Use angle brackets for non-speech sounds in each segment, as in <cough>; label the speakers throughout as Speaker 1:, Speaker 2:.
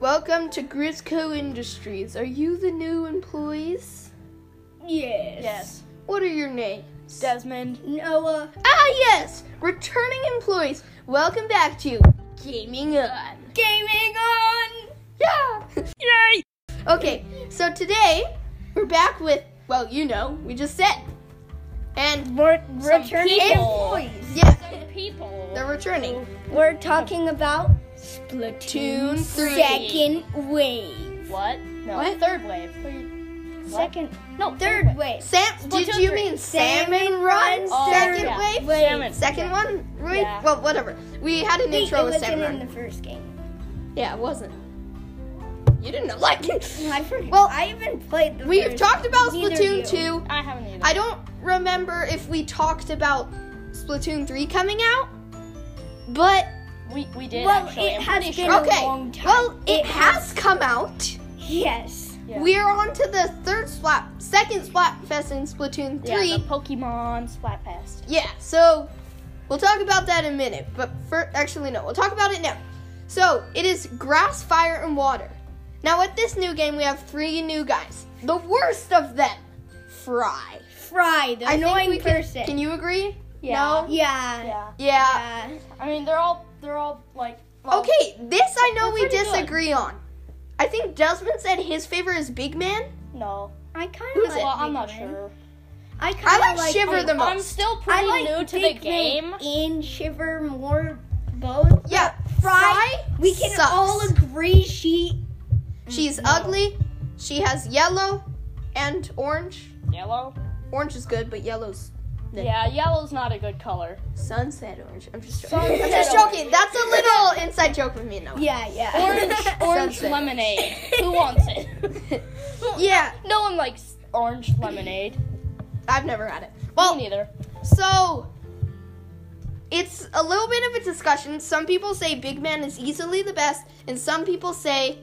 Speaker 1: Welcome to Grisco Industries. Are you the new employees?
Speaker 2: Yes.
Speaker 1: What are your names?
Speaker 2: Desmond. Noah.
Speaker 1: ah, yes! Returning employees, welcome back to Gaming On.
Speaker 2: Gaming on.
Speaker 1: Yeah! <laughs>
Speaker 2: Yay.
Speaker 1: okay, so today we're back with, well, you know, we just said. And
Speaker 2: We're
Speaker 1: Some
Speaker 2: returning
Speaker 1: people.
Speaker 2: employees.
Speaker 1: yeah,
Speaker 3: people.
Speaker 1: they're returning.
Speaker 2: We're talking about Splatoon
Speaker 1: Tune 3.
Speaker 2: second wave.
Speaker 3: What? No.
Speaker 1: What?
Speaker 3: Third wave.
Speaker 2: Second.
Speaker 3: No.
Speaker 2: Third wave.
Speaker 1: Sam, did
Speaker 3: Splatoon
Speaker 1: you
Speaker 3: three.
Speaker 1: mean salmon run?
Speaker 2: runs
Speaker 3: Oh,
Speaker 1: second
Speaker 3: yeah.
Speaker 1: wave?
Speaker 2: Wait.
Speaker 3: Salmon.
Speaker 1: Second one? Wait,
Speaker 3: Yeah.
Speaker 1: Well, whatever. We had an
Speaker 2: Wait,
Speaker 1: intro
Speaker 2: it
Speaker 1: with
Speaker 2: wasn't
Speaker 1: salmon
Speaker 2: in
Speaker 1: run.
Speaker 2: the first game.
Speaker 1: Yeah, it wasn't. You didn't
Speaker 2: <laughs>
Speaker 1: like <laughs> it.
Speaker 2: I forgot.
Speaker 1: Well,
Speaker 2: Well, I haven't played the
Speaker 1: We've
Speaker 2: first
Speaker 1: talked about
Speaker 2: Neither you.
Speaker 1: Splatoon 2.
Speaker 3: I haven't either.
Speaker 1: I don't remember if we talked about Splatoon 3 coming out, but
Speaker 3: we, we did
Speaker 2: Well,
Speaker 3: actually.
Speaker 2: it
Speaker 3: I'm
Speaker 2: has
Speaker 3: pretty
Speaker 2: been
Speaker 3: sure.
Speaker 2: a
Speaker 1: okay.
Speaker 2: long time.
Speaker 1: Well, it,
Speaker 2: It
Speaker 1: has come out.
Speaker 2: Yes.
Speaker 3: Yeah.
Speaker 1: We're on to the third splat, second Splatfest in Splatoon 3.
Speaker 3: Yeah, the Pokemon Splat Fest.
Speaker 1: Yeah, so we'll talk about that in a minute, but for actually no, we'll talk about it now. So it is grass, fire, and water. Now at this new game we have three new guys. The worst of them, Fry.
Speaker 2: Fry, the
Speaker 1: we
Speaker 2: annoying
Speaker 1: can-
Speaker 2: person.
Speaker 1: Can, you agree?
Speaker 3: Yeah.
Speaker 1: No?
Speaker 2: yeah.
Speaker 3: Yeah.
Speaker 1: Yeah.
Speaker 2: Yeah.
Speaker 3: I mean, they're all they're all like. well,
Speaker 1: Okay, this I know
Speaker 3: We're
Speaker 1: we
Speaker 3: pretty good.
Speaker 1: disagree on. I think Desmond said his favorite is Big Man.
Speaker 3: No.
Speaker 2: I kind
Speaker 1: Who's
Speaker 2: of
Speaker 1: it?
Speaker 2: like
Speaker 3: Well, I'm
Speaker 2: Big
Speaker 3: not
Speaker 2: Man.
Speaker 3: sure.
Speaker 2: I kind
Speaker 1: I
Speaker 2: of
Speaker 1: like,
Speaker 2: like
Speaker 1: Shiver the
Speaker 3: I'm
Speaker 1: most.
Speaker 3: still
Speaker 2: I
Speaker 3: pretty
Speaker 2: like
Speaker 3: new to the
Speaker 2: Big Man
Speaker 3: game.
Speaker 2: and Shiver more both.
Speaker 1: yeah,
Speaker 2: Fry, we can
Speaker 1: sucks.
Speaker 2: all agree she
Speaker 1: She's ugly. She has yellow and orange.
Speaker 3: Yellow.
Speaker 1: Orange is good, but yellow's Yeah.
Speaker 3: Yeah, yellow's not a good color.
Speaker 1: sunset orange. I'm just joking.
Speaker 2: Sunset
Speaker 1: I'm just
Speaker 2: orange.
Speaker 1: joking. That's a little inside joke with me now.
Speaker 2: Yeah, yeah.
Speaker 3: Orange, orange
Speaker 1: Sunset.
Speaker 3: lemonade. Who wants it?
Speaker 1: Yeah,
Speaker 3: No one likes orange lemonade.
Speaker 1: I've never had it.
Speaker 3: Well, Me neither.
Speaker 1: So it's a little bit of a discussion. Some people say Big Man is easily the best, and some people say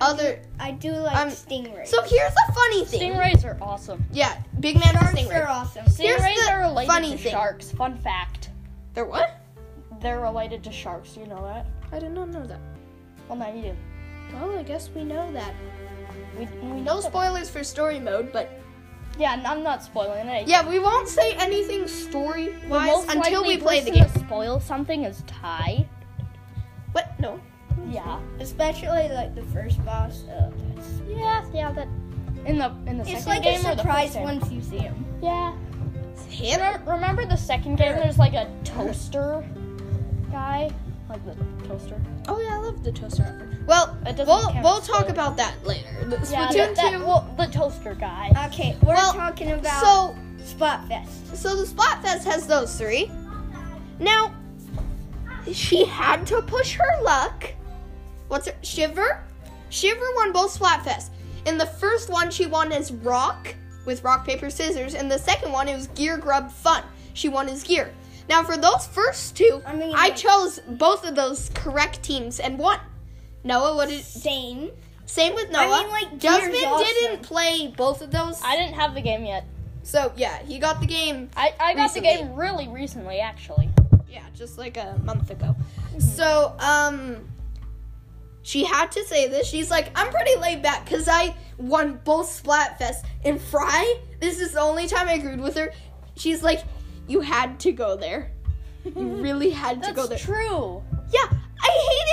Speaker 1: other.
Speaker 2: <laughs> I do like
Speaker 1: Um,
Speaker 2: stingrays.
Speaker 1: So here's the funny thing.
Speaker 3: Stingrays are awesome.
Speaker 1: Yeah, Big Man
Speaker 2: Sharks
Speaker 1: and Stingray.
Speaker 2: are awesome.
Speaker 1: Here's
Speaker 3: Stingrays
Speaker 1: the
Speaker 3: are related
Speaker 1: funny
Speaker 3: to
Speaker 1: thing.
Speaker 3: sharks. Fun fact.
Speaker 1: They're what?
Speaker 3: They're related to sharks. You know that?
Speaker 1: I did not know that.
Speaker 3: Well, now you do.
Speaker 1: Well, I guess we know that.
Speaker 3: We, we
Speaker 1: No
Speaker 3: know.
Speaker 1: spoilers for story mode, but
Speaker 3: yeah, and I'm not spoiling it.
Speaker 1: yeah, we won't say anything story
Speaker 3: The
Speaker 1: wise
Speaker 3: most
Speaker 1: until
Speaker 3: likely
Speaker 1: we play the
Speaker 3: person
Speaker 1: game.
Speaker 3: To spoil something is Ty.
Speaker 1: What? No.
Speaker 3: Yeah.
Speaker 2: Especially like the first boss. Uh, that's-
Speaker 3: Yeah. Yeah. That. In the in the
Speaker 2: it's
Speaker 3: second
Speaker 2: like a
Speaker 3: game or
Speaker 2: surprise
Speaker 3: the first
Speaker 2: once you see him.
Speaker 3: Game? Yeah.
Speaker 1: Him?
Speaker 3: Remember, remember the second game? There's like a toaster guy, like the toaster.
Speaker 1: Oh yeah, I love the toaster oven. Well,
Speaker 3: It doesn't
Speaker 1: we'll
Speaker 3: count
Speaker 1: we'll
Speaker 3: as
Speaker 1: talk
Speaker 3: spoilers.
Speaker 1: about that later. The
Speaker 3: yeah.
Speaker 1: Splatoon
Speaker 3: that- that-
Speaker 1: two.
Speaker 3: well, the toaster guy.
Speaker 2: Okay, we're
Speaker 1: Well,
Speaker 2: talking about
Speaker 1: so
Speaker 2: Splatfest.
Speaker 1: so the Splatfest has those three. Now, she had to push her luck. What's her Shiver? Shiver won both Splatfest. In the first one, she won as Rock with Rock Paper Scissors, and the second one it was Gear Grub Fun. She won as Gear. Now for those first two,
Speaker 2: I mean,
Speaker 1: I
Speaker 2: like-
Speaker 1: chose both of those correct teams and won. Noah, what did
Speaker 2: Same.
Speaker 1: Same with
Speaker 2: I
Speaker 1: Noah.
Speaker 2: mean, like,
Speaker 1: Desmond
Speaker 2: Gears also.
Speaker 1: didn't play both of those.
Speaker 3: I didn't have the game yet.
Speaker 1: so yeah, he got the game.
Speaker 3: I, I got
Speaker 1: Recently.
Speaker 3: the game really recently, actually.
Speaker 1: Yeah, just like a month ago. Mhm. So um, she had to say this. She's like, I'm pretty laid back because I won both Splatfest and Fry. This is the only time I agreed with her. She's like, you had to go there. You really had to
Speaker 3: That's
Speaker 1: go there.
Speaker 3: true.
Speaker 1: Yeah, I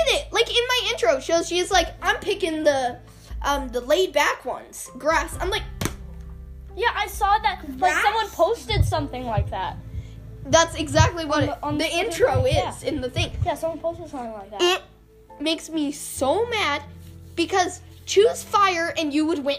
Speaker 1: hated it. Like in my intro shows, she's like, I'm picking the um the laid back ones, grass. I'm like.
Speaker 3: Yeah, I saw that. Like
Speaker 2: Grass?
Speaker 3: someone posted something like that.
Speaker 1: That's exactly what
Speaker 3: On the-
Speaker 1: it-
Speaker 3: on
Speaker 1: the,
Speaker 3: the second
Speaker 1: intro
Speaker 3: page,
Speaker 1: is in the thing.
Speaker 3: Yeah, someone posted something like that.
Speaker 1: It makes me so mad because choose fire and you would win.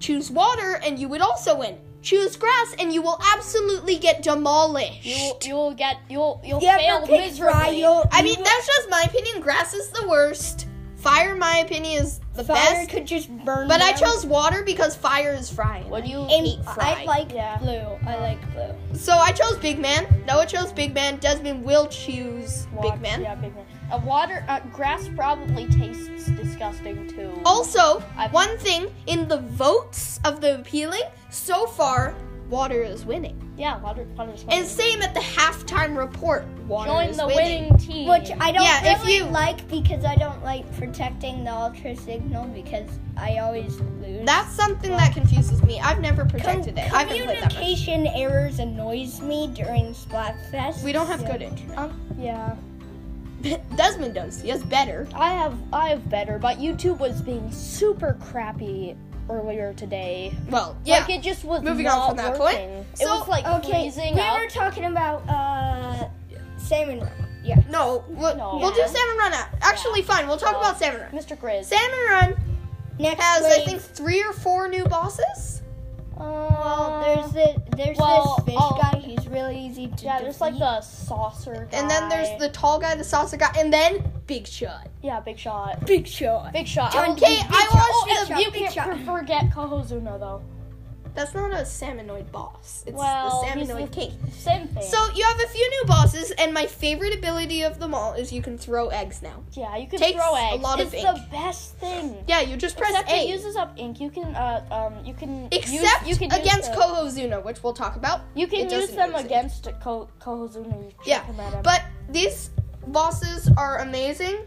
Speaker 1: Choose water and you would also win. Choose grass and you will absolutely get demolished.
Speaker 3: You will, you will get you'll you'll
Speaker 2: Yeah,
Speaker 3: fail
Speaker 2: but pick Fry,
Speaker 3: miserably.
Speaker 2: you'll-
Speaker 1: I mean, that's just my opinion. Grass is the worst. Fire, in my opinion, is the
Speaker 2: Fire
Speaker 1: best.
Speaker 2: could just burn.
Speaker 1: But I
Speaker 2: them.
Speaker 1: chose water because fire is frying.
Speaker 3: What do you
Speaker 2: And
Speaker 3: eat
Speaker 2: I
Speaker 3: Fry?
Speaker 2: like
Speaker 3: Yeah.
Speaker 2: blue. I like blue.
Speaker 1: So I chose Big Man. Noah chose Big Man. Desmond will choose
Speaker 3: Water-
Speaker 1: Big Man.
Speaker 3: Yeah, big man. Uh, water uh, grass probably tastes disgusting too.
Speaker 1: Also,
Speaker 3: I've-
Speaker 1: one thing in the votes of the appealing so far, Water is winning.
Speaker 3: Yeah, water, water's
Speaker 1: And
Speaker 3: winning.
Speaker 1: same at the halftime report. Water
Speaker 3: Join
Speaker 1: is
Speaker 3: the
Speaker 1: winning.
Speaker 3: winning team.
Speaker 2: Which I don't
Speaker 1: Yeah, if
Speaker 2: really
Speaker 1: you-
Speaker 2: like because I don't like protecting the ultra signal because I always lose.
Speaker 1: That's something that confuses me. I've never protected it. I haven't played that much.
Speaker 2: communication errors annoys me during Splatfest.
Speaker 1: We don't have
Speaker 2: so-
Speaker 1: good internet.
Speaker 3: yeah,
Speaker 1: <laughs> Desmond does. He has better.
Speaker 3: I have I have better, but YouTube was being super crappy earlier today.
Speaker 1: Well, yeah.
Speaker 3: Like it just was
Speaker 1: Moving
Speaker 3: not
Speaker 1: on from that point.
Speaker 3: working. It
Speaker 1: So,
Speaker 3: was like
Speaker 2: Okay,
Speaker 3: freezing
Speaker 2: we
Speaker 3: up.
Speaker 2: were talking about uh, salmon.
Speaker 1: no, we'll,
Speaker 3: No.
Speaker 1: we'll
Speaker 2: Yeah.
Speaker 1: do salmon run out. Actually, fine. We'll talk
Speaker 3: Well-
Speaker 1: about salmon run.
Speaker 3: Mr. Grizz.
Speaker 1: Salmon run
Speaker 2: Next
Speaker 1: has, I
Speaker 2: week,
Speaker 1: think, three or four new bosses.
Speaker 2: well, uh, there's the there's
Speaker 3: well,
Speaker 2: this fish
Speaker 1: oh.
Speaker 3: I'll-
Speaker 2: guy. He's really easy to
Speaker 3: Uh, yeah, there's like
Speaker 2: defeat.
Speaker 3: the saucer. Guy.
Speaker 1: And then there's the tall guy, the salsa guy, and then Big Shot.
Speaker 3: yeah, big shot.
Speaker 2: big shot.
Speaker 3: Big shot.
Speaker 1: John
Speaker 3: I will-
Speaker 1: Kay, I
Speaker 3: Oh,
Speaker 1: watched
Speaker 3: and
Speaker 1: the-
Speaker 2: shot,
Speaker 3: you
Speaker 2: big
Speaker 3: can't
Speaker 2: shot.
Speaker 3: f- forget Kohozuno though.
Speaker 1: That's not a salmonoid boss. It's
Speaker 3: Well,
Speaker 1: the
Speaker 3: he's
Speaker 1: salmonoid
Speaker 3: the-
Speaker 1: king.
Speaker 3: Same thing.
Speaker 1: So you have a few new bosses, and my favorite ability of them all is you can throw eggs now.
Speaker 3: yeah, you can
Speaker 1: takes
Speaker 3: throw
Speaker 1: a
Speaker 3: eggs.
Speaker 1: lot of
Speaker 3: it's the best thing.
Speaker 1: Yeah, you just press
Speaker 3: Except
Speaker 1: A.
Speaker 3: it uses up ink. You can uh um you can use,
Speaker 1: Except
Speaker 3: you can use
Speaker 1: against
Speaker 3: the-
Speaker 1: Kohozuno, which we'll talk about.
Speaker 3: You can
Speaker 1: It
Speaker 3: use
Speaker 1: doesn't
Speaker 3: them
Speaker 1: use it.
Speaker 3: against Ko- Kohozuno. You chuck
Speaker 1: Yeah,
Speaker 3: them at him.
Speaker 1: But these bosses are amazing.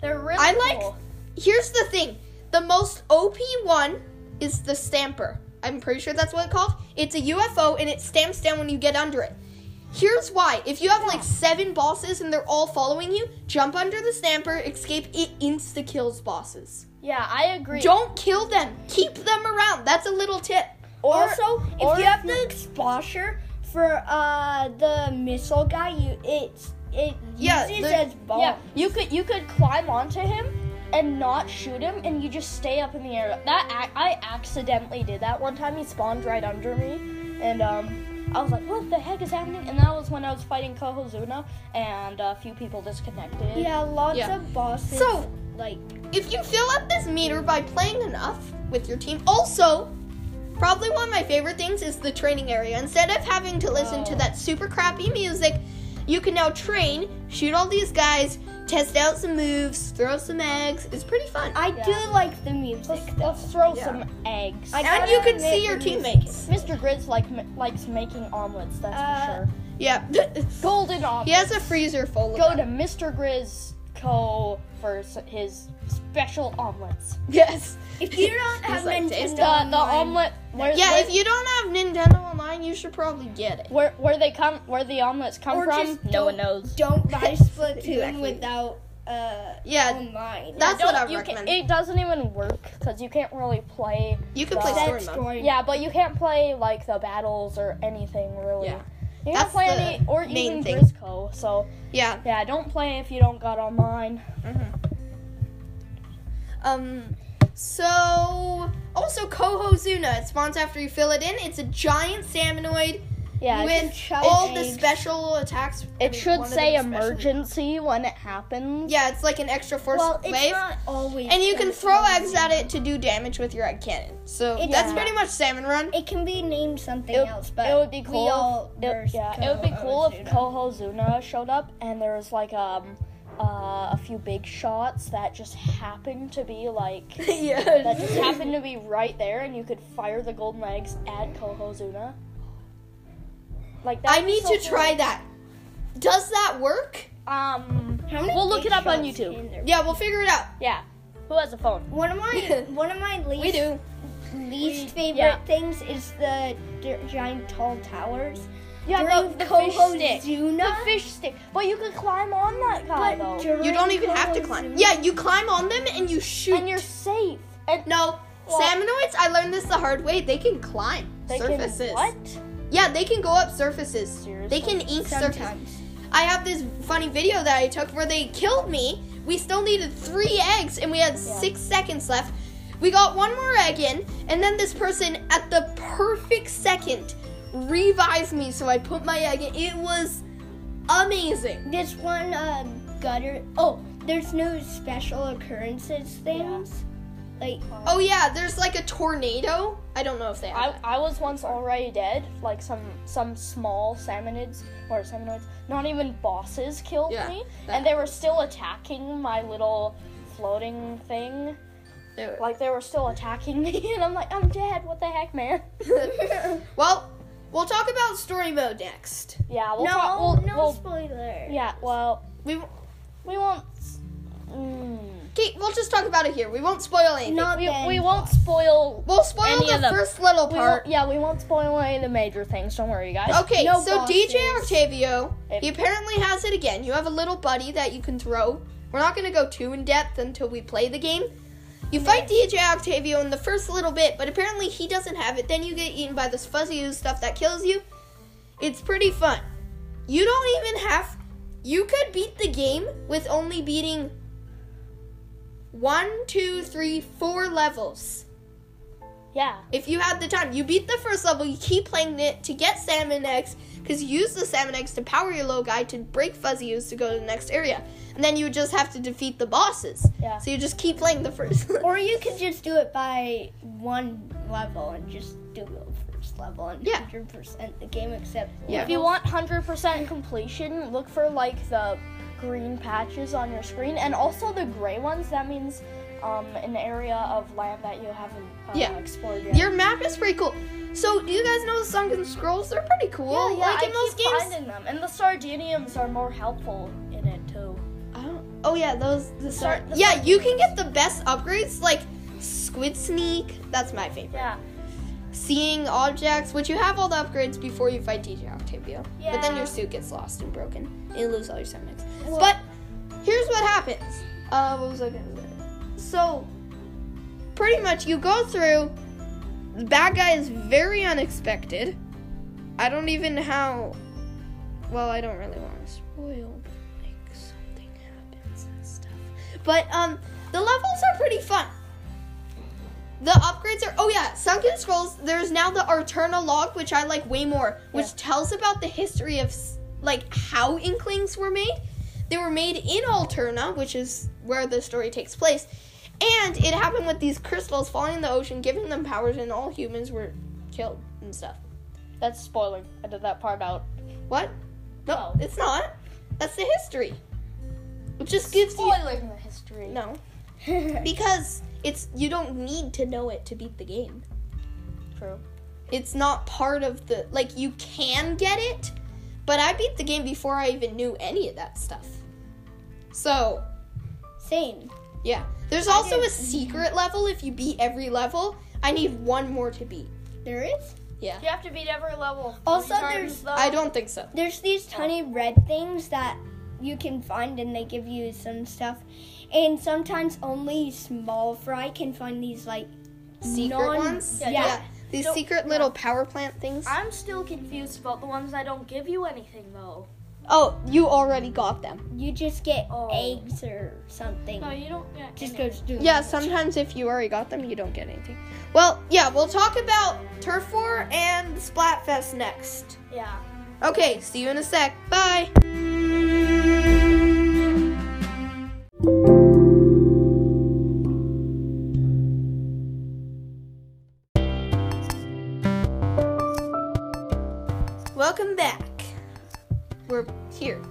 Speaker 3: they're really
Speaker 1: I like-
Speaker 3: cool.
Speaker 1: Here's the thing the most OP one is the Stamper. I'm pretty sure that's what it's called. It's a UFO and it stamps down when you get under it. Here's why. If you have like seven bosses and they're all following you, jump under the Stamper, escape, it insta kills bosses.
Speaker 3: Yeah, I agree.
Speaker 1: Don't kill them, keep them around. That's a little tip.
Speaker 2: also,
Speaker 3: or
Speaker 2: if you have the exposure for uh the missile guy, you it's it
Speaker 1: Yeah,
Speaker 2: uses
Speaker 1: the-
Speaker 2: as bomb.
Speaker 3: Yeah, you could you could climb onto him and not shoot him, and you just stay up in the air. That I, I accidentally did that one time. He spawned right under me, and um, I was like, "What the heck is happening?" And that was when I was fighting Kohozuna, and a few people disconnected.
Speaker 2: Yeah, lots
Speaker 1: Yeah.
Speaker 2: of bosses.
Speaker 1: So-
Speaker 2: like
Speaker 1: If you fill up this meter by playing enough with your team, also, probably one of my favorite things is the training area. Instead of having to listen to
Speaker 3: Oh.
Speaker 1: that super crappy music, you can now train, shoot all these guys, test out some moves, throw some eggs. It's pretty fun.
Speaker 2: I
Speaker 3: Yeah.
Speaker 2: do like the music.
Speaker 3: Let's,
Speaker 2: though.
Speaker 3: let's throw
Speaker 1: Yeah.
Speaker 3: some eggs.
Speaker 2: I-
Speaker 1: and you can
Speaker 2: gotta
Speaker 1: see
Speaker 2: admit
Speaker 1: your
Speaker 2: the music
Speaker 1: teammates.
Speaker 3: Mr. Grizz like m- likes making omelets. That's
Speaker 2: Uh,
Speaker 3: for sure.
Speaker 1: Yeah. <laughs>
Speaker 3: Golden omelets.
Speaker 1: he has a freezer full of
Speaker 3: Go
Speaker 1: them.
Speaker 3: to Mr. Grizz Co for s- his special omelets.
Speaker 1: Yes.
Speaker 2: If you don't
Speaker 1: <laughs>
Speaker 2: have
Speaker 1: He's like,
Speaker 2: Nintendo,
Speaker 1: "Taste
Speaker 3: The the
Speaker 2: Online,
Speaker 3: omelet. Where's
Speaker 1: Yeah,
Speaker 3: where's-
Speaker 1: if you don't have Nintendo Online, you should probably get it.
Speaker 3: Where where they come where the omelets come
Speaker 2: Or
Speaker 3: from?
Speaker 2: just
Speaker 3: no one
Speaker 2: don't-
Speaker 3: knows. <laughs>
Speaker 2: don't buy Splatoon
Speaker 1: Exactly.
Speaker 2: without uh
Speaker 1: Yeah.
Speaker 2: online.
Speaker 1: That's what I
Speaker 3: you can-
Speaker 1: recommend.
Speaker 3: it doesn't even work because you can't really play.
Speaker 1: You can
Speaker 3: Well,
Speaker 1: play story
Speaker 2: That's
Speaker 1: mode.
Speaker 2: story.
Speaker 3: Yeah, but you can't play like the battles or anything really.
Speaker 1: Yeah.
Speaker 3: You
Speaker 1: That's
Speaker 3: can't play
Speaker 1: the
Speaker 3: any or
Speaker 1: main
Speaker 3: even
Speaker 1: thing.
Speaker 3: Grisco. So
Speaker 1: Yeah.
Speaker 3: yeah, don't play if you don't got online.
Speaker 1: Mm-hmm. Um. So also Kohozuna. It spawns after you fill it in. It's a giant salmonoid
Speaker 3: Yeah. it
Speaker 1: with
Speaker 2: show
Speaker 1: all the
Speaker 2: age.
Speaker 1: special attacks.
Speaker 3: should- it
Speaker 1: or
Speaker 3: should
Speaker 1: one of
Speaker 3: say
Speaker 1: them especially.
Speaker 3: emergency when it happens.
Speaker 1: Yeah, it's like an extra force
Speaker 2: well, it's
Speaker 1: wave,
Speaker 2: not always.
Speaker 1: and you can
Speaker 2: gonna
Speaker 1: throw
Speaker 2: be-
Speaker 1: eggs at it to do damage with your egg cannon. So
Speaker 2: It's-
Speaker 1: that's
Speaker 2: Yeah.
Speaker 1: pretty much salmon run. <laughs>
Speaker 2: It can be named something
Speaker 3: It,
Speaker 2: else, but
Speaker 3: it would be cool.
Speaker 2: We all
Speaker 3: if, it,
Speaker 2: versed
Speaker 3: yeah, it would be
Speaker 2: Koho
Speaker 3: cool if
Speaker 2: Ozuna.
Speaker 3: Kohozuna showed up and there was like um uh, a few big shots that just happened to be like that just
Speaker 1: yeah.
Speaker 3: happened to be right there, and you could fire the golden eggs at Kohozuna. Like that.
Speaker 1: I need to try that. Does that work?
Speaker 3: Um,
Speaker 2: How many
Speaker 3: We'll look it up on
Speaker 2: big shots
Speaker 3: YouTube.
Speaker 2: can there be?
Speaker 1: Yeah, we'll figure it out.
Speaker 3: yeah. Who has a phone?
Speaker 2: One of
Speaker 3: <laughs>
Speaker 2: my one of my least
Speaker 1: We do.
Speaker 2: least favorite
Speaker 3: Yeah.
Speaker 2: things is the d- giant tall towers.
Speaker 3: Yeah, the,
Speaker 2: During
Speaker 3: the fish
Speaker 2: Kohozuna,
Speaker 3: stick. The fish stick. But you could climb on that guy
Speaker 2: but
Speaker 3: though,
Speaker 1: You don't
Speaker 2: during
Speaker 1: even have to climb.
Speaker 2: Kohozuna-
Speaker 1: Yeah, you climb on them and you shoot.
Speaker 3: and you're safe. And
Speaker 1: No,
Speaker 3: Well-
Speaker 1: salmonoids. I learned this the hard way. They can climb
Speaker 3: they
Speaker 1: surfaces.
Speaker 3: Can, what?
Speaker 1: Yeah, they can go up surfaces. They
Speaker 3: Seriously?
Speaker 1: can ink surfaces.
Speaker 2: Sometimes.
Speaker 1: I have this funny video that I took where they killed me. We still needed three eggs, and we had six seconds left. We got one more egg in, and then this person at the perfect second revives me. So I put my egg in. It was amazing.
Speaker 2: This one uh, gutter. Oh, there's no special occurrences things. Like
Speaker 1: Oh yeah, there's like a tornado. I don't know if they. Have
Speaker 3: I,
Speaker 1: that.
Speaker 3: I was once already dead, like some some small salmonids or salmonids, not even bosses killed
Speaker 1: Yeah,
Speaker 3: me,
Speaker 1: that-
Speaker 3: and they were still attacking my little floating thing. <laughs> Like they were still attacking me, and I'm like, I'm dead. What the heck, man?
Speaker 1: well, We'll talk about story mode next.
Speaker 3: Yeah, we'll
Speaker 2: no,
Speaker 3: talk. We'll,
Speaker 2: no
Speaker 3: we'll-
Speaker 2: spoiler.
Speaker 3: yeah, well,
Speaker 1: We w-
Speaker 3: we won't. s- Mm,
Speaker 1: okay, we'll just talk about it here. We won't spoil anything.
Speaker 2: Not
Speaker 3: we,
Speaker 2: then.
Speaker 3: we won't spoil.
Speaker 1: We'll spoil
Speaker 3: Any
Speaker 1: the
Speaker 3: of them.
Speaker 1: first little
Speaker 3: We won't,
Speaker 1: part.
Speaker 3: yeah, we won't spoil any of the major things. Don't worry, guys.
Speaker 1: Okay,
Speaker 2: No
Speaker 1: so DJ
Speaker 2: bosses.
Speaker 1: Octavio,
Speaker 3: It-
Speaker 1: he apparently has it again. You have a little buddy that you can throw. We're not gonna go too in depth until we play the game. You fight DJ Octavio in the first little bit, but apparently he doesn't have it. Then you get eaten by this fuzzy ooze stuff that kills you. It's pretty fun. You don't even have. You could beat the game with only beating one, two, three, four levels.
Speaker 3: Yeah.
Speaker 1: If you had the time, you beat the first level, you keep playing it to get salmon eggs, because you use the salmon eggs to power your low guy to break fuzzy ooze to go to the next area. And then you would just have to defeat the bosses.
Speaker 3: Yeah.
Speaker 1: So you just keep playing the first <laughs>
Speaker 2: Or you could just do it by one level and just do the first level and
Speaker 1: Yeah.
Speaker 2: 100% the game except
Speaker 1: Yeah.
Speaker 3: If you want 100% completion, look for like the green patches on your screen and also the gray ones. That means um, an area of land that you haven't uh,
Speaker 1: Yeah.
Speaker 3: explored yet.
Speaker 1: Your map is pretty cool. So do you guys know the Sunken Scrolls? They're pretty cool.
Speaker 3: yeah, yeah,
Speaker 1: like
Speaker 3: I
Speaker 1: in those
Speaker 3: keep
Speaker 1: games.
Speaker 3: finding them, and the sardiniums are more helpful in it too.
Speaker 1: I don't, oh yeah, those the start.
Speaker 3: the
Speaker 1: yeah, you can get the best upgrades like Squid Sneak. That's my favorite.
Speaker 3: Yeah,
Speaker 1: Seeing objects, which you have all the upgrades before you fight DJ Octavio. But then
Speaker 3: Yeah.
Speaker 1: your suit gets lost and broken, and you lose all your summons. But here's what happens. Uh, what was I gonna say? So, pretty much you go through. The bad guy is very unexpected. I don't even know how. Well, I don't really want to spoil, but like something happens and stuff. But um, the levels are pretty fun. The upgrades are oh yeah, Sunken Scrolls. There's now the Arterna log, which I like way more, which tells about the history of s- like how Inklings were made. They were made in Alterna, which is where the story takes place, and it happened with these crystals falling in the ocean, giving them powers, and all humans were killed and stuff.
Speaker 3: that's spoiling. I did that part out.
Speaker 1: What? No,
Speaker 3: Oh.
Speaker 1: it's not. That's the history. It just gives you
Speaker 3: Spoiling the history.
Speaker 1: no
Speaker 2: <laughs>
Speaker 1: because it's you don't need to know it to beat the game.
Speaker 3: True.
Speaker 1: it's not part of the like you can get it but i beat the game before i even knew any of that stuff so
Speaker 2: same.
Speaker 1: yeah there's also a secret level if you beat every level i need one more to beat
Speaker 2: There is.
Speaker 1: yeah
Speaker 3: You have to beat every level.
Speaker 2: Also, there's-
Speaker 1: i don't think so
Speaker 2: There's these tiny red things that you can find and they give you some stuff. And sometimes only small fry can find these like
Speaker 1: secret
Speaker 2: non-
Speaker 1: ones
Speaker 2: Yeah.
Speaker 1: these
Speaker 3: Don't-
Speaker 1: secret little power plant things
Speaker 3: I'm still confused about the ones that don't give you anything though.
Speaker 1: oh you already got them
Speaker 2: You just get
Speaker 3: Oh.
Speaker 2: eggs or something.
Speaker 3: No, you don't. Get
Speaker 2: Just
Speaker 3: anything.
Speaker 2: goes do.
Speaker 1: yeah sometimes if you already got them you don't get anything well yeah we'll talk about turf war and splatfest next
Speaker 3: Yeah.
Speaker 1: Okay, see you in a sec. Bye. Welcome back. We're here.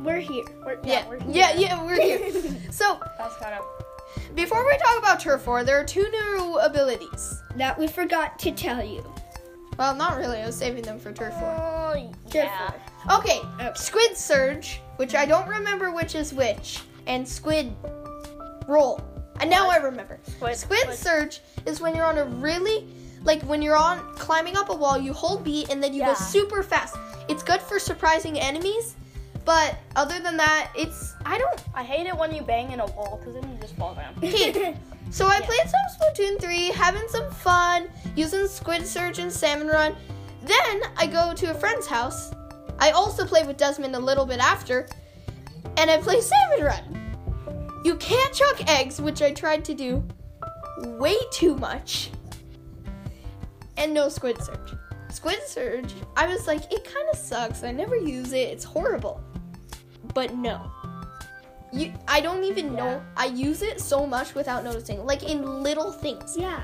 Speaker 2: We're here.
Speaker 3: We're,
Speaker 1: Yeah,
Speaker 3: we're-
Speaker 1: yeah, yeah, we're <laughs> here. so,
Speaker 3: That's kind of.
Speaker 1: before we talk about Turf War, there are two new abilities.
Speaker 2: That we forgot to tell you.
Speaker 1: Well, not really, I was saving them for Turf War.
Speaker 3: Oh, yeah.
Speaker 2: Careful.
Speaker 1: Okay,
Speaker 3: Oh.
Speaker 2: Okay.
Speaker 1: squid surge, which I don't remember which is which, and squid roll. And now I remember.
Speaker 3: Squid-
Speaker 1: Squid
Speaker 3: squid-
Speaker 1: surge is when you're on a really, like when you're on climbing up a wall, you hold B and then you go
Speaker 3: Yeah.
Speaker 1: super fast. It's good for surprising enemies, but other than that, it's I don't
Speaker 3: I hate it when you bang in a wall because then you just fall <laughs> down.
Speaker 1: Okay, so I played some Splatoon 3, having some fun, using Squid Surge and Salmon Run. Then I go to a friend's house. I also played with Desmond a little bit after, and I play Salmon Run. You can't chuck eggs, which I tried to do way too much, and no Squid Surge. Squid Surge, I was like, it kind of sucks. I never use it. It's horrible. But no. You, I don't even know. I use it so much without noticing, like in little things,
Speaker 2: Yeah.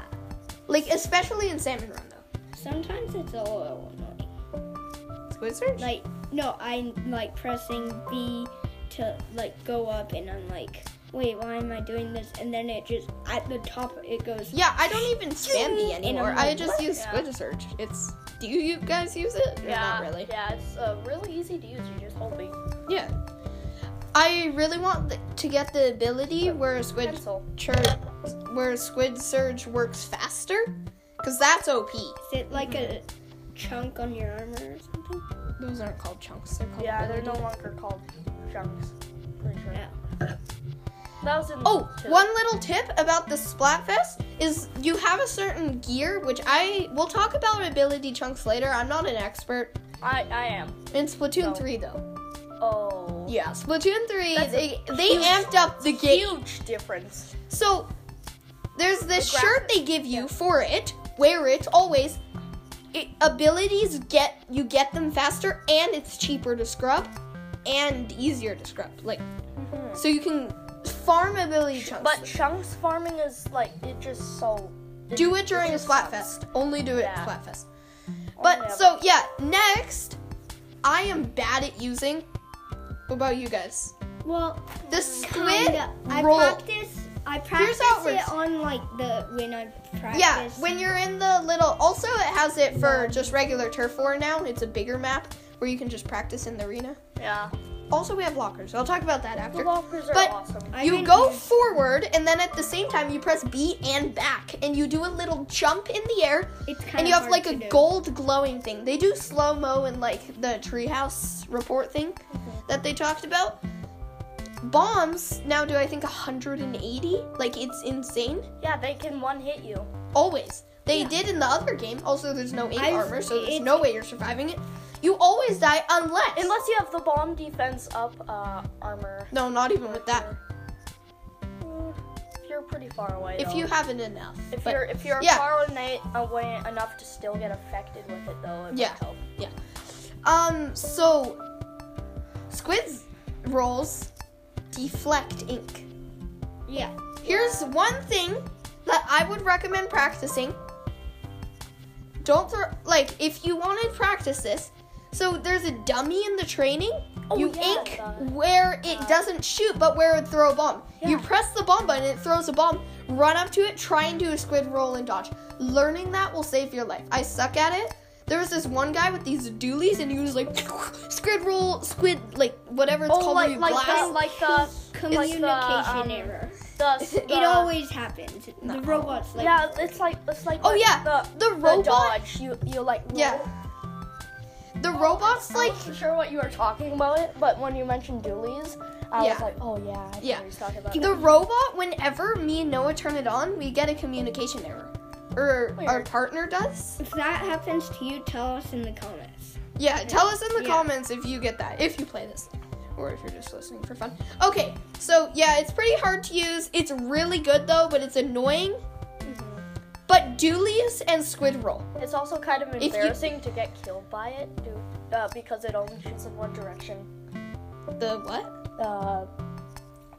Speaker 1: like especially in Salmon Run though.
Speaker 2: Sometimes it's a little annoying.
Speaker 1: Squid Surge.
Speaker 2: Like no, I'm like pressing B to like go up and I'm like wait, why am I doing this? And then it just, at the top, it goes,
Speaker 1: Yeah, I don't even spam B
Speaker 2: And
Speaker 1: anymore.
Speaker 2: I'm
Speaker 1: I
Speaker 2: like,
Speaker 1: just
Speaker 2: what?
Speaker 1: use
Speaker 3: Yeah.
Speaker 1: Squid Search. It's. Do you guys use it? Or
Speaker 3: yeah,
Speaker 1: Not really.
Speaker 3: Yeah, it's uh, really easy to use. You just hold the
Speaker 1: Yeah. I really want th- to get the ability where Squid
Speaker 3: pencil.
Speaker 1: Church, where Squid Surge works faster, because that's OP.
Speaker 2: is it like a chunk on your armor or something?
Speaker 1: Those aren't called chunks. They're called.
Speaker 3: Yeah, they're no
Speaker 1: abilities.
Speaker 3: longer called chunks. Pretty sure.
Speaker 2: Yeah.
Speaker 3: That was in
Speaker 1: Oh,
Speaker 3: two.
Speaker 1: one little tip about the Splatfest is you have a certain gear, which I we'll talk about ability chunks later. I'm not an expert
Speaker 3: I I am.
Speaker 1: in Splatoon
Speaker 3: No.
Speaker 1: three though.
Speaker 3: Oh.
Speaker 1: Yeah, Splatoon three.
Speaker 3: That's
Speaker 1: they they amped up the game.
Speaker 3: Huge difference.
Speaker 1: So there's this
Speaker 3: The
Speaker 1: shirt they give you for it. Wear it always. It, abilities get you get them faster, and it's cheaper to scrub, and easier to scrub. Like so you can farm ability chunks.
Speaker 3: Mm-hmm. But chunks farming is like it just so.
Speaker 1: do it during a
Speaker 3: just
Speaker 1: Splatfest. Only do it at
Speaker 3: Yeah. Oh,
Speaker 1: Splatfest. But
Speaker 3: Only
Speaker 1: so yeah, next I am bad at using. What about you guys?
Speaker 2: Well,
Speaker 1: The squid
Speaker 2: kinda. I
Speaker 1: roll.
Speaker 2: practice, I practice
Speaker 1: outwards.
Speaker 2: it on like the, when I practice.
Speaker 1: Yeah, when you're in the little. Also, it has it for just regular turf war now. It's a bigger map where you can just practice in the arena.
Speaker 3: Yeah.
Speaker 1: Also, we have lockers. I'll talk about that
Speaker 3: The
Speaker 1: after.
Speaker 3: lockers are
Speaker 1: But-
Speaker 3: awesome.
Speaker 2: I
Speaker 1: You
Speaker 2: didn't
Speaker 1: go
Speaker 2: use-
Speaker 1: forward, and then at the same time, you press B and back, and you do a little jump in the air,
Speaker 2: it's kind
Speaker 1: and
Speaker 2: of
Speaker 1: you have like a gold glowing thing. They do slow mo and like the treehouse report thing that they talked about. Bombs now do I think 180? Like it's insane.
Speaker 3: Yeah, they can one hit you.
Speaker 1: Always. They did in the other game. Also, there's no 8
Speaker 2: I've-
Speaker 1: armor, so there's
Speaker 2: it's-
Speaker 1: no way you're surviving it. You always die unless.
Speaker 3: Unless you have the bomb defense up uh, armor.
Speaker 1: No, not even with that.
Speaker 3: Mm, You're pretty far away.
Speaker 1: If
Speaker 3: though.
Speaker 1: you haven't enough.
Speaker 3: If
Speaker 1: but-
Speaker 3: you're if you're
Speaker 1: yeah.
Speaker 3: far away, away enough to still get affected with it though, it
Speaker 1: Yeah.
Speaker 3: might help.
Speaker 1: Um, so. Squid's rolls deflect ink.
Speaker 2: Yeah.
Speaker 1: Here's one thing that I would recommend practicing. Don't throw, like, if you want to practice this, so there's a dummy in the training.
Speaker 3: Oh,
Speaker 1: you
Speaker 3: yeah,
Speaker 1: ink
Speaker 3: the- Uh-huh.
Speaker 1: where it doesn't shoot, but where it would throw a bomb. You
Speaker 3: Yeah.
Speaker 1: press the bomb button, it throws a bomb. Run up to it, try and do a squid roll and dodge. Learning that will save your life. I suck at it. There was this one guy with these doolies, and he was like, <laughs> squid roll, squid, like whatever it's
Speaker 3: Oh,
Speaker 1: called.
Speaker 3: like
Speaker 1: when you
Speaker 3: like
Speaker 1: blast.
Speaker 3: the like the
Speaker 2: Communication
Speaker 1: <laughs>
Speaker 3: um,
Speaker 2: error.
Speaker 3: the,
Speaker 2: <laughs> It
Speaker 3: the-
Speaker 2: always happens. The robots like
Speaker 3: yeah. It's like it's like
Speaker 1: Oh,
Speaker 3: the-
Speaker 1: yeah,
Speaker 3: the
Speaker 1: the robot-
Speaker 3: dodge. You you like
Speaker 1: Yeah.
Speaker 3: roll.
Speaker 1: The robots,
Speaker 3: I
Speaker 1: like,
Speaker 3: wasn't sure what you were talking about it, but when you mentioned doolies, I
Speaker 1: Yeah.
Speaker 3: was like, oh yeah, I
Speaker 1: Yeah.
Speaker 3: yeah. was talking about.
Speaker 1: The robot, whenever me and Noah turn it on, we get a communication error. Or our
Speaker 3: Weird.
Speaker 1: partner does.
Speaker 2: If that happens to you, tell us in the comments.
Speaker 1: Yeah, tell us in the
Speaker 2: Yeah.
Speaker 1: comments if you get that, if you play this. Or if you're just listening for fun. Okay, so yeah, it's pretty hard to use. It's really good though, but it's annoying. But Doolies and Squid Roll.
Speaker 3: It's also kind of
Speaker 1: you-
Speaker 3: embarrassing to get killed by it, do, uh, because it only shoots in one direction.
Speaker 1: The what?
Speaker 3: Uh,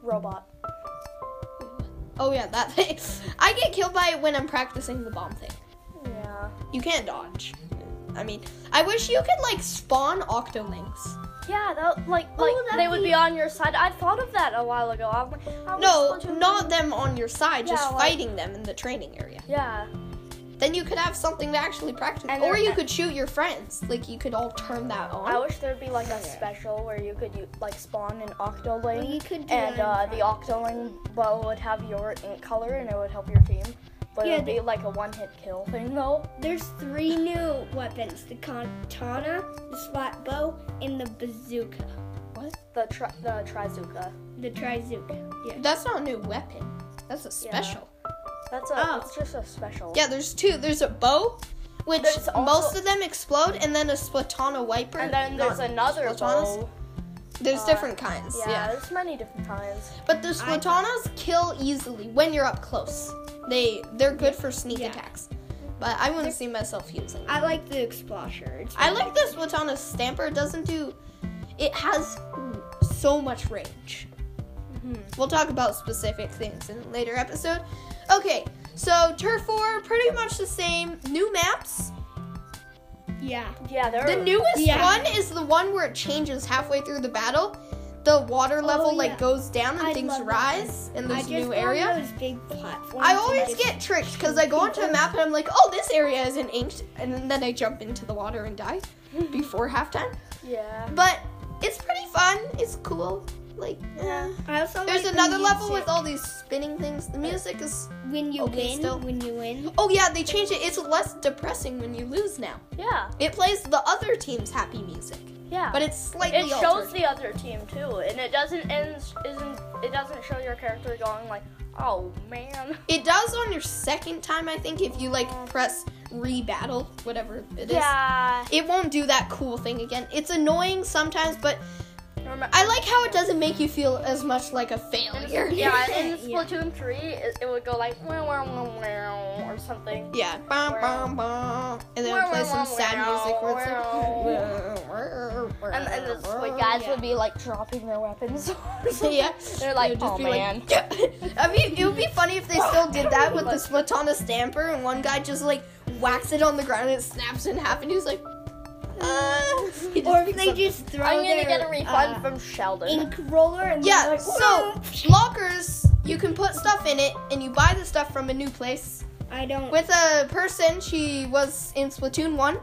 Speaker 3: robot.
Speaker 1: Oh yeah, that <laughs> thing. I get killed by it when I'm practicing the bomb thing.
Speaker 3: Yeah.
Speaker 1: You can't dodge. I mean, I wish you could like spawn Octolings.
Speaker 3: Yeah, that like like
Speaker 2: Oh, that'd
Speaker 3: they would be on your side. I thought of that a while ago. I'm like, I was
Speaker 1: No,
Speaker 3: supposed to-
Speaker 1: not them on your side, just
Speaker 3: Yeah, like-
Speaker 1: fighting them in the training area.
Speaker 3: Yeah.
Speaker 1: Then you could have something to actually practice.
Speaker 3: And
Speaker 1: Or
Speaker 3: they're-
Speaker 1: you could shoot your friends. Like, you could all turn that
Speaker 3: I
Speaker 1: on.
Speaker 3: wish there'd be like a special where you could u- like spawn an octoling,
Speaker 2: Well, you could do
Speaker 3: and
Speaker 2: that
Speaker 3: uh,
Speaker 2: in
Speaker 3: the octoling well would have your ink color and it would help your team. But
Speaker 2: Yeah,
Speaker 3: it'd
Speaker 2: the-
Speaker 3: be like a one-hit kill thing though.
Speaker 2: There's
Speaker 1: <laughs>
Speaker 2: three new weapons: the katana, the splat bow, and the bazooka.
Speaker 3: The tri- the trizuka.
Speaker 2: The trizuka. Yeah.
Speaker 1: That's not a new weapon. That's a special.
Speaker 3: That's a
Speaker 2: Oh.
Speaker 3: it's just a special.
Speaker 1: Yeah, there's two. There's a bow, which
Speaker 3: There's also-
Speaker 1: most of them explode, and then a Splatana wiper.
Speaker 3: And then
Speaker 1: Not
Speaker 3: there's another
Speaker 1: Splatanas.
Speaker 3: bow.
Speaker 1: There's
Speaker 3: uh,
Speaker 1: different kinds.
Speaker 3: Yeah,
Speaker 1: yeah.
Speaker 3: there's many different kinds.
Speaker 1: But the Splatanas kill easily when you're up close. They they're good for sneak
Speaker 2: Yeah.
Speaker 1: attacks. But I wouldn't see myself using.
Speaker 2: I like the explosher. It's
Speaker 1: I like this Watana Stamper. It doesn't do. It has so much range.
Speaker 2: Mm-hmm.
Speaker 1: We'll talk about specific things in a later episode. Okay, so Turf War, pretty much the same. New maps.
Speaker 2: yeah.
Speaker 3: Yeah, there
Speaker 1: The
Speaker 3: are
Speaker 1: newest
Speaker 2: Yeah.
Speaker 1: one is the one where it changes halfway through the battle. the water level
Speaker 2: Oh, yeah.
Speaker 1: like goes down and
Speaker 2: I
Speaker 1: things
Speaker 2: love that
Speaker 1: rise in
Speaker 2: I
Speaker 1: this
Speaker 2: just
Speaker 1: new
Speaker 2: go
Speaker 1: area.
Speaker 2: on those big platforms.
Speaker 1: I
Speaker 2: and
Speaker 1: always
Speaker 2: just-
Speaker 1: get tricked because I go onto a map and I'm like, oh, this area is an ancient, and then I jump into the water and
Speaker 2: <laughs>
Speaker 1: die before halftime.
Speaker 3: Yeah.
Speaker 1: But it's pretty fun. It's cool. Like, yeah.
Speaker 2: I also
Speaker 1: There's
Speaker 2: like the
Speaker 1: another level
Speaker 2: music.
Speaker 1: with all these spinning things. The music is.
Speaker 2: when you
Speaker 1: Okay,
Speaker 2: win.
Speaker 1: still.
Speaker 2: When you win.
Speaker 1: Oh yeah, they changed it. It's less depressing when you lose now.
Speaker 3: Yeah.
Speaker 1: It plays the other team's happy music,
Speaker 3: Yeah.
Speaker 1: but it's slightly.
Speaker 3: it shows
Speaker 1: altered.
Speaker 3: the other team too, and it doesn't end, isn't it doesn't show your character going like, oh man.
Speaker 1: It does on your second time, I think, if you like press rebattle, whatever it is.
Speaker 3: yeah.
Speaker 1: It won't do that cool thing again. It's annoying sometimes, but
Speaker 3: Remember-
Speaker 1: I like how it doesn't make you feel as much like a
Speaker 3: in-
Speaker 1: failure. <laughs>
Speaker 2: <laughs>
Speaker 3: Yeah, in
Speaker 2: Yeah.
Speaker 3: Splatoon 3, it, it would go like, wow, wow, wow, wow, or something.
Speaker 1: Yeah. Bum, bum, bum. And then it plays some sad music where it's like.
Speaker 3: <laughs> And, and the squid
Speaker 1: <laughs>
Speaker 3: guys would be like dropping their weapons. <laughs> or something.
Speaker 1: Yeah.
Speaker 3: They're like,
Speaker 1: It'd
Speaker 3: oh man.
Speaker 1: <laughs> I mean, it would be funny if they still did that with the Smetana stamper and one guy just like whacks it on the ground and it snaps in half and he's like, uh, <laughs> <laughs> he just
Speaker 2: Or if
Speaker 1: picks
Speaker 2: they
Speaker 1: up-
Speaker 2: just throw
Speaker 3: I'm gonna
Speaker 2: their,
Speaker 3: get a refund
Speaker 2: uh,
Speaker 3: from Sheldon.
Speaker 2: ink roller
Speaker 1: <laughs>
Speaker 2: and
Speaker 1: Yeah,
Speaker 2: they're like,
Speaker 1: so lockers, you can put stuff in it and you buy the stuff from a new place.
Speaker 2: I don't.
Speaker 1: With a person, she was in Splatoon 1.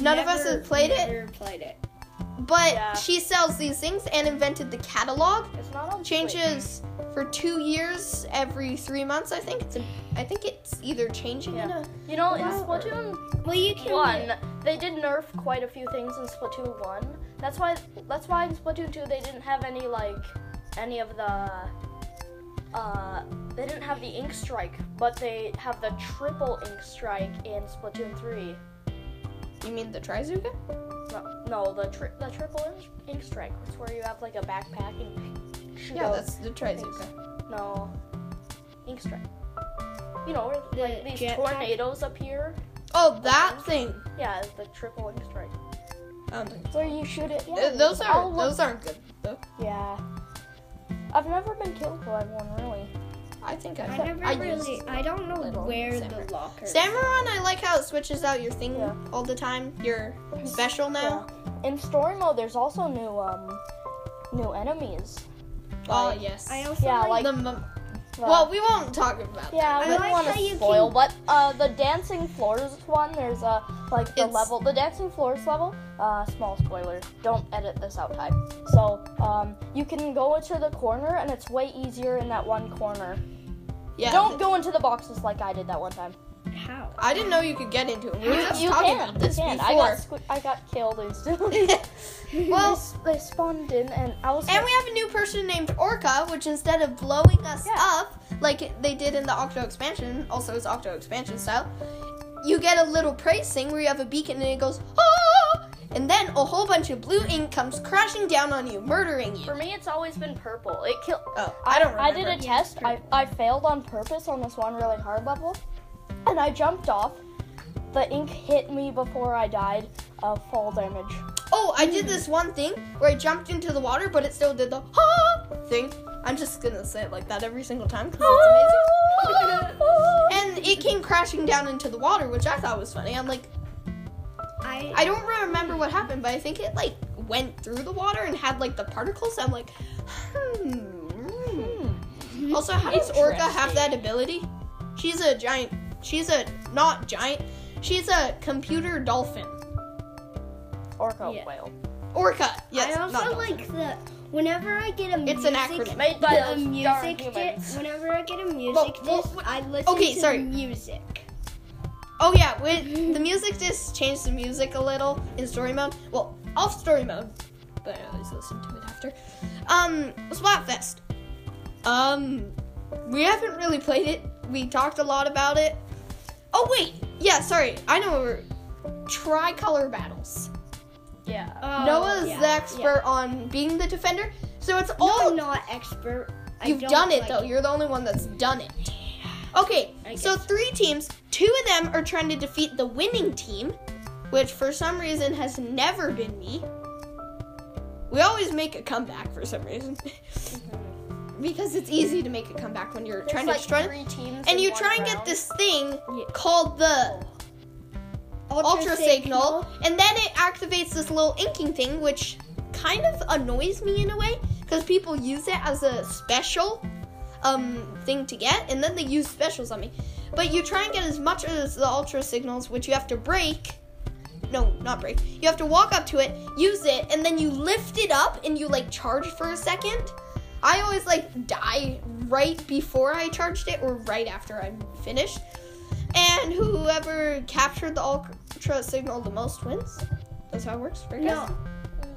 Speaker 1: None of us
Speaker 2: never-
Speaker 1: have played it,
Speaker 2: Never played it.
Speaker 1: but
Speaker 3: Yeah.
Speaker 1: she sells these things and invented the catalog.
Speaker 3: it's not on
Speaker 1: changes for two years every three months. I think it's. A, I think it's either changing.
Speaker 3: Yeah.
Speaker 1: and a-
Speaker 3: Switch. You know, in
Speaker 1: Wow.
Speaker 3: Splatoon
Speaker 2: Well, you can.
Speaker 3: 1, they did nerf quite a few things in Splatoon 1. That's why that's why in Splatoon 2 they didn't have any like any of the uh they didn't have the ink strike, but they have the triple ink strike in Splatoon 3.
Speaker 1: You mean the Trizuka?
Speaker 3: No, no the tri- the triple ink- ink strike. It's where you have like a backpack and shoot
Speaker 1: Yeah,
Speaker 3: out-
Speaker 1: that's the Trizuka.
Speaker 3: no ink strike. You know, where,
Speaker 2: The
Speaker 3: like these
Speaker 2: jetpack?
Speaker 3: tornadoes appear.
Speaker 1: Oh, that thing.
Speaker 3: Yeah, it's the triple ink strike.
Speaker 1: Um,
Speaker 3: Where you shoot it.
Speaker 1: th- those are those aren't good though.
Speaker 3: Yeah. I've never been killed by one really.
Speaker 1: I think I.
Speaker 2: I never
Speaker 1: I
Speaker 2: really.
Speaker 1: Used.
Speaker 2: I don't know
Speaker 1: little
Speaker 2: where
Speaker 1: samurai.
Speaker 2: the locker.
Speaker 1: Samuron, I like how it switches out your thing
Speaker 3: Yeah.
Speaker 1: all the time. Your special now.
Speaker 3: In story mode, there's also new um new enemies.
Speaker 1: Oh
Speaker 3: Like,
Speaker 1: yes.
Speaker 2: I also
Speaker 3: Yeah,
Speaker 2: like.
Speaker 1: the,
Speaker 3: like-
Speaker 1: mum-
Speaker 3: the-
Speaker 1: well, we won't talk about.
Speaker 3: yeah, I
Speaker 2: I
Speaker 3: wouldn't
Speaker 2: like
Speaker 3: want
Speaker 2: how
Speaker 3: to
Speaker 2: you
Speaker 3: spoil, but uh, the dancing floors one, there's uh like the
Speaker 1: It's-
Speaker 3: level, the dancing floors level. Uh, small spoiler. Don't edit this out, Ty. So um, you can go into the corner, and it's way easier in that one corner.
Speaker 1: That. Yeah.
Speaker 3: Don't
Speaker 1: th-
Speaker 3: go into the boxes like I did that one time.
Speaker 2: How?
Speaker 1: I didn't know you could get into it. We were just
Speaker 3: you
Speaker 1: talking
Speaker 3: can.
Speaker 1: about this
Speaker 3: you can. I
Speaker 1: before.
Speaker 3: got squi- I got killed instantly.
Speaker 1: <laughs> well,
Speaker 3: They s- <laughs> they spawned in, and I was.
Speaker 1: And we have a new person named Orca, which instead of blowing us
Speaker 3: Yeah.
Speaker 1: up like they did in the Octo expansion, also is Octo expansion style, you get a little praise thing where you have a beacon and it goes, oh! And then a whole bunch of blue ink comes crashing down on you, murdering you.
Speaker 3: for me, it's always been purple. It killed.
Speaker 1: Oh, I don't remember.
Speaker 3: I did a test. I, I failed on purpose on this one really hard level, and I jumped off. The ink hit me before I died of fall damage.
Speaker 1: Oh, I did this one thing where I jumped into the water, but it still did the ha thing. I'm just gonna say it like that every single time 'cause
Speaker 3: <laughs>
Speaker 1: it's amazing. and it came crashing down into the water, which I thought was funny. I'm like,
Speaker 2: I.
Speaker 1: I don't remember what happened, but I think it like went through the water and had like the particles. I'm like, hmm.
Speaker 2: Hmm.
Speaker 1: Also, how does Orca have that ability? She's a giant. She's a not giant. She's a computer dolphin.
Speaker 3: Orca
Speaker 2: Yeah.
Speaker 3: whale.
Speaker 1: Orca. Yes.
Speaker 2: I
Speaker 1: not
Speaker 2: also
Speaker 1: dolphin.
Speaker 2: like the. Whenever I get a
Speaker 1: It's an
Speaker 2: music,
Speaker 1: acronym.
Speaker 3: Made by
Speaker 2: The
Speaker 3: those darn
Speaker 2: music
Speaker 3: humans.
Speaker 2: disc. Whenever I get a music
Speaker 1: well,
Speaker 2: disc,
Speaker 1: wait.
Speaker 2: I listen
Speaker 1: Okay,
Speaker 2: to
Speaker 1: sorry.
Speaker 2: the music.
Speaker 1: Oh yeah, with the music just changed the music a little in story mode. Well, off story mode, but I always listen to it after. Um, Splatfest. Um, we haven't really played it. We talked a lot about it. Oh wait, yeah, sorry. I know. we're- Tricolor battles.
Speaker 3: Yeah.
Speaker 2: Oh,
Speaker 1: Noah's
Speaker 2: yeah,
Speaker 1: the
Speaker 2: yeah.
Speaker 1: expert on being the defender, so it's
Speaker 2: No,
Speaker 1: all
Speaker 2: I'm not expert. I
Speaker 1: You've
Speaker 2: don't
Speaker 1: done it
Speaker 2: like
Speaker 1: though. You're the only one that's done it. Okay,
Speaker 2: I
Speaker 1: so
Speaker 2: guess.
Speaker 1: three teams. Two of them are trying to defeat the winning team, which for some reason has never been me. We always make a comeback for some reason. <laughs>
Speaker 2: Mm-hmm.
Speaker 1: because it's easy to make a comeback when you're trying to
Speaker 3: There's,
Speaker 1: destroy
Speaker 3: like three teams
Speaker 1: and
Speaker 3: in
Speaker 1: you
Speaker 3: one
Speaker 1: try and get
Speaker 3: round.
Speaker 1: this thing
Speaker 2: Yeah.
Speaker 1: called the ultra, signal, and then it activates this little inking thing which kind of annoys me in a way because people use it as a special um, thing to get, and then they use specials on me. But you try and get as much as the ultra signals, which you have to break. No, not break. You have to walk up to it, use it, and then you lift it up and you like charge for a second. I always like die right before I charged it or right after I'm finished. And whoever captured the ultra signal the most wins. That's how it works for guys.
Speaker 2: No.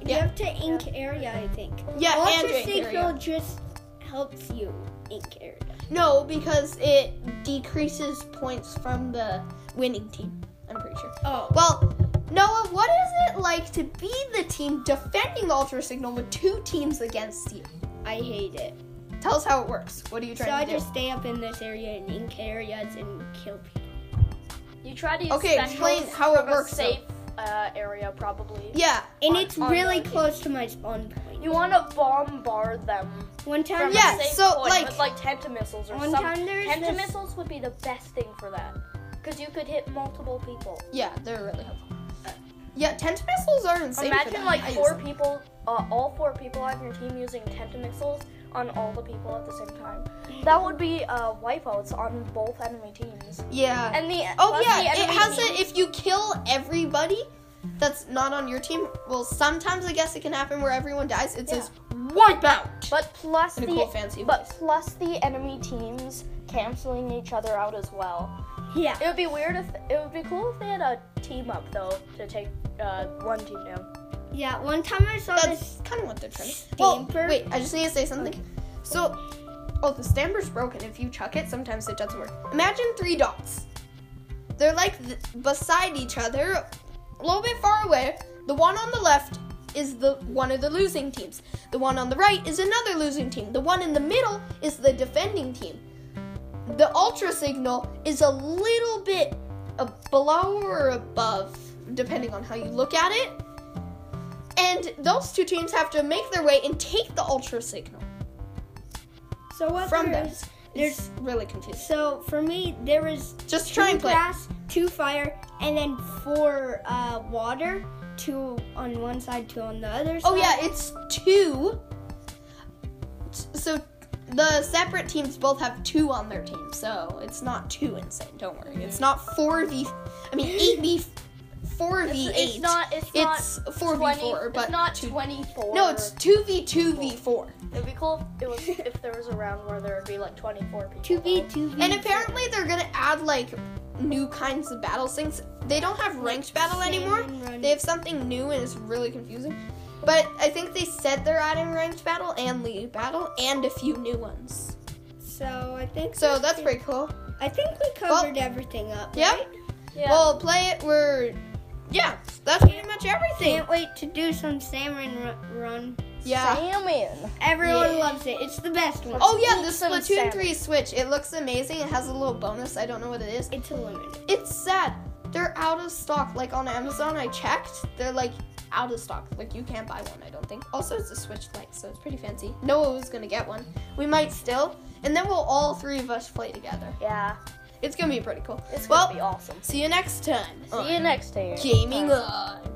Speaker 2: You
Speaker 1: Yeah.
Speaker 2: have to ink area, I think.
Speaker 1: Yeah,
Speaker 2: Ultra
Speaker 1: and
Speaker 2: signal
Speaker 1: area.
Speaker 2: just helps you ink area.
Speaker 1: No, because it decreases points from the winning team. I'm pretty sure.
Speaker 2: Oh.
Speaker 1: Well, Noah, what is it like to be the team defending the ultra signal with two teams against you?
Speaker 2: I hate it.
Speaker 1: Tell us how it works. What are you
Speaker 2: So
Speaker 1: trying
Speaker 2: I
Speaker 1: to
Speaker 2: just stay up in this area and ink areas and kill people.
Speaker 3: You try to use
Speaker 1: Okay, explain
Speaker 3: specials
Speaker 1: how it
Speaker 3: from
Speaker 1: works,
Speaker 3: A safe uh, area, probably.
Speaker 1: do? Yeah.
Speaker 2: And
Speaker 3: On-
Speaker 2: it's
Speaker 3: on
Speaker 2: really
Speaker 3: the-
Speaker 2: close to my spawn point.
Speaker 3: You want to bombard them.
Speaker 2: One time,
Speaker 3: from
Speaker 1: Yeah,
Speaker 3: a safe
Speaker 1: so,
Speaker 3: point
Speaker 1: like-
Speaker 3: with like tentamissiles or
Speaker 2: One time
Speaker 3: something.
Speaker 2: there's
Speaker 3: Tentamissiles would be the best thing for that, because you could hit multiple people.
Speaker 1: Yeah, they're really helpful. Yeah, tent missiles are insane. for
Speaker 3: Imagine
Speaker 1: that.
Speaker 3: like
Speaker 1: I use
Speaker 3: four
Speaker 1: them.
Speaker 3: people, uh, all four people on your team using tentamissiles on all the people at the same time. That would be uh, wipeouts on both enemy teams.
Speaker 1: Yeah.
Speaker 3: And the
Speaker 1: oh
Speaker 3: plus
Speaker 1: yeah, it
Speaker 3: the enemy
Speaker 1: has
Speaker 3: team-
Speaker 1: it. If you kill everybody that's not on your team, well, sometimes I guess it can happen where everyone dies. It
Speaker 3: Yeah.
Speaker 1: says wipe out.
Speaker 3: But plus
Speaker 1: in
Speaker 3: the
Speaker 1: a cool fancy
Speaker 3: but
Speaker 1: voice.
Speaker 3: plus the enemy teams canceling each other out as well.
Speaker 2: yeah.
Speaker 3: It would be weird if it would be cool if they had a team up though to take uh, one team down.
Speaker 2: Yeah, one time I saw
Speaker 1: That's
Speaker 2: this.
Speaker 1: kind of what they're trying to.
Speaker 2: Stamper?
Speaker 1: wait, I just need to say something. So, oh, the stamper's broken. If you chuck it, sometimes it doesn't work. Imagine three dots. They're like th- beside each other, a little bit far away. The one on the left is the one of the losing teams. The one on the right is another losing team. The one in the middle is the defending team. The ultra signal is a little bit uh, below or above, depending on how you look at it. And those two teams have to make their way and take the ultra signal
Speaker 2: So what
Speaker 1: from
Speaker 2: there
Speaker 1: them.
Speaker 2: is- there's
Speaker 1: It's really confusing.
Speaker 2: so for me there was
Speaker 1: Just
Speaker 2: two
Speaker 1: try and play.
Speaker 2: grass, two fire, and then four uh, water, two on one side, two on the other side.
Speaker 1: Oh yeah, it's two. S- So the separate teams both have two on their team, so it's not too insane. Don't worry, it's not four v. I mean eight v. Four v eight.
Speaker 3: It's not. It's,
Speaker 1: It's
Speaker 3: not
Speaker 1: four v
Speaker 3: 20
Speaker 1: four,
Speaker 3: it's
Speaker 1: but
Speaker 3: not
Speaker 1: two,
Speaker 3: twenty four.
Speaker 1: no, it's two v two v four.
Speaker 3: It'd be cool if,
Speaker 1: <laughs>
Speaker 3: it was, if there was a round where there would be like 24 people.
Speaker 2: two v two v.
Speaker 1: And apparently they're gonna add like new kinds of battle syncs. They don't have ranked battle
Speaker 2: Salmon
Speaker 1: anymore.
Speaker 2: run.
Speaker 1: They have something new and it's really confusing. But I think they said they're adding ranked battle and league battle and a few new ones.
Speaker 2: so I think
Speaker 1: So
Speaker 2: we-
Speaker 1: that's pretty cool.
Speaker 2: I think we covered everything up.
Speaker 1: Yeah.
Speaker 2: right?
Speaker 3: Yeah.
Speaker 1: Well, play it. We're yeah. That's pretty much everything.
Speaker 2: Can't wait to do some salmon ru- run.
Speaker 1: Yeah.
Speaker 3: Salmon.
Speaker 2: Everyone
Speaker 1: Yeah.
Speaker 2: loves it. It's the best one.
Speaker 1: Oh yeah, the
Speaker 3: Eat some
Speaker 1: Splatoon
Speaker 3: salmon.
Speaker 1: 3 Switch. It looks amazing. It has a little bonus. I don't know what it is.
Speaker 2: It's eliminated.
Speaker 1: It's sad. They're out of stock. Like on Amazon, I checked. They're like out of stock. Like you can't buy one. I don't think. Also, it's a Switch Lite, so it's pretty fancy. Noah was gonna get one. We might still, and then we'll all three of us play together.
Speaker 3: Yeah.
Speaker 1: It's gonna be pretty cool.
Speaker 3: It's
Speaker 1: well,
Speaker 3: gonna be awesome.
Speaker 1: see you next time.
Speaker 3: See you next time.
Speaker 1: Gaming on.